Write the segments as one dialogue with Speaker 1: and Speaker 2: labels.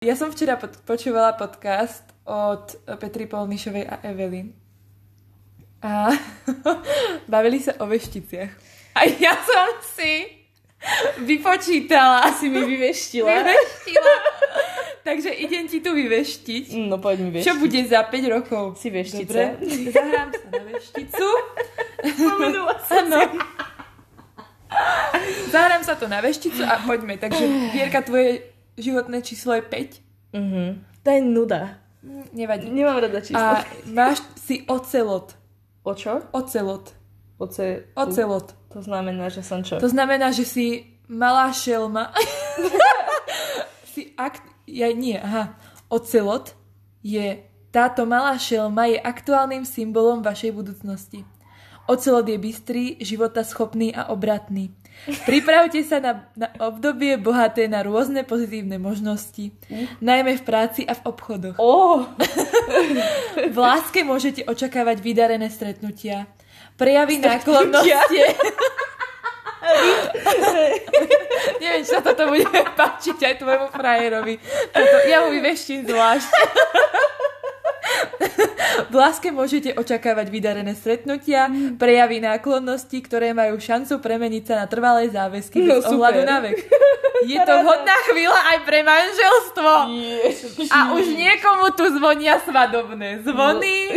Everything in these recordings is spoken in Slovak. Speaker 1: Ja som včera pod- počúvala podcast od Petri Polnišovej a Evelyn. A bavili sa o vešticiach. A ja som si vypočítala.
Speaker 2: Si mi vyveštila.
Speaker 1: Vyveštila. Takže idem ti tu vyveštiť.
Speaker 2: No poď mi veštiť.
Speaker 1: Čo bude za 5 rokov?
Speaker 2: Si veštice.
Speaker 1: Dobre, zahrám sa na vešticu.
Speaker 2: Spomenula som
Speaker 1: Áno. Zahrám sa to na vešticu a poďme. Takže Vierka, tvoje životné číslo je 5.
Speaker 2: Mhm. To je nuda.
Speaker 1: Nevadí.
Speaker 2: Nemám rada číslo.
Speaker 1: A máš si ocelot.
Speaker 2: O čo?
Speaker 1: Ocelot.
Speaker 2: Oce...
Speaker 1: Ocelot.
Speaker 2: To znamená, že som čo?
Speaker 1: To znamená, že si malá šelma. si akt... Ja nie, aha. Ocelot je... Táto malá šelma je aktuálnym symbolom vašej budúcnosti. Ocelot je bystrý, života schopný a obratný. Pripravte sa na, na obdobie bohaté na rôzne pozitívne možnosti, najmä v práci a v obchodoch.
Speaker 2: Oh,
Speaker 1: V láske môžete očakávať vydarené stretnutia, prejavy
Speaker 2: No,
Speaker 1: náklonnosti. Neviem, čo toto bude páčiť aj tvojmu frajerovi. Toto, ja mu vyveštím zvlášť. V láske môžete očakávať vydarené stretnutia, prejavy náklonnosti, ktoré majú šancu premeniť sa na trvalé záväzky
Speaker 2: No,
Speaker 1: bez ohľadu
Speaker 2: super.
Speaker 1: na vek. Je to vhodná chvíľa aj pre manželstvo.
Speaker 2: Ježiš.
Speaker 1: A už niekomu tu zvonia svadobné zvony.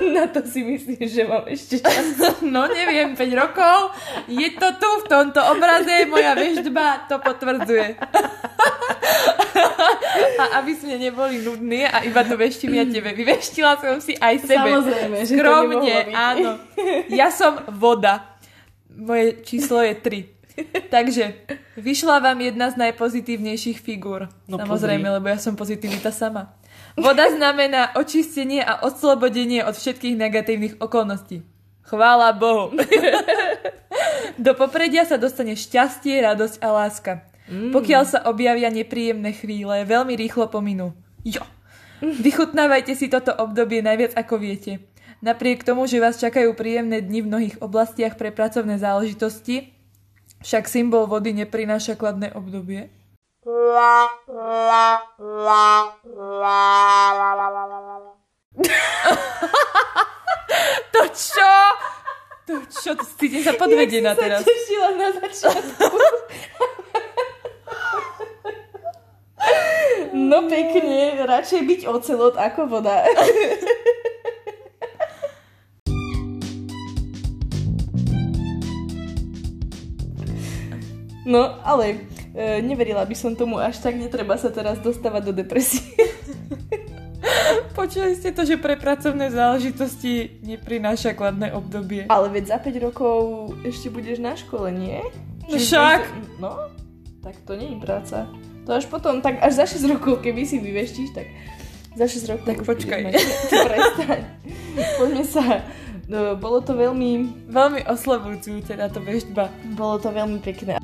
Speaker 2: na to si myslíš, že mám ešte čas.
Speaker 1: No neviem, 5 rokov. Je to tu v tomto obraze, moja veždba to potvrdzuje. A aby sme neboli nudní a iba to veštím ja tebe. Vyveštila som si aj sebe.
Speaker 2: Samozrejme, že to
Speaker 1: Skromne,
Speaker 2: nemohlo byť.
Speaker 1: áno. Ja som voda. Moje číslo je 3. Takže vyšla vám jedna z najpozitívnejších figur.
Speaker 2: No,
Speaker 1: Samozrejme,
Speaker 2: pozri.
Speaker 1: lebo ja som pozitivita sama. Voda znamená očistenie a oslobodenie od všetkých negatívnych okolností. Chvála Bohu. Do popredia sa dostane šťastie, radosť a láska.
Speaker 2: Mm.
Speaker 1: Pokiaľ sa objavia nepríjemné chvíle, veľmi rýchlo pominú. Jo! Vychutnávajte si toto obdobie najviac ako viete. Napriek tomu, že vás čakajú príjemné dni v mnohých oblastiach pre pracovné záležitosti, však symbol vody neprináša kladné obdobie. To čo? To čo? Cítim sa podvedená
Speaker 2: Ja som
Speaker 1: teraz.
Speaker 2: sa tešila na začiatku. No pekne, radšej byť ocelot ako voda. No, ale e, neverila by som tomu, až tak netreba sa teraz dostávať do depresie.
Speaker 1: Počuli ste to, že pre pracovné záležitosti neprináša kladné obdobie.
Speaker 2: Ale veď za 5 rokov ešte budeš na škole, nie?
Speaker 1: No
Speaker 2: Čiže
Speaker 1: však.
Speaker 2: budeš- No, tak to nie je práca. To až potom, tak až za 6 rokov, keby si vyveštíš, tak za 6 rokov
Speaker 1: Tak
Speaker 2: už
Speaker 1: počkaj.
Speaker 2: budeš mať- Ty Prestaň. Poďme sa. No, bolo to veľmi,
Speaker 1: teda Veľmi oslovujúce táto veštba.
Speaker 2: bolo to veľmi pekné.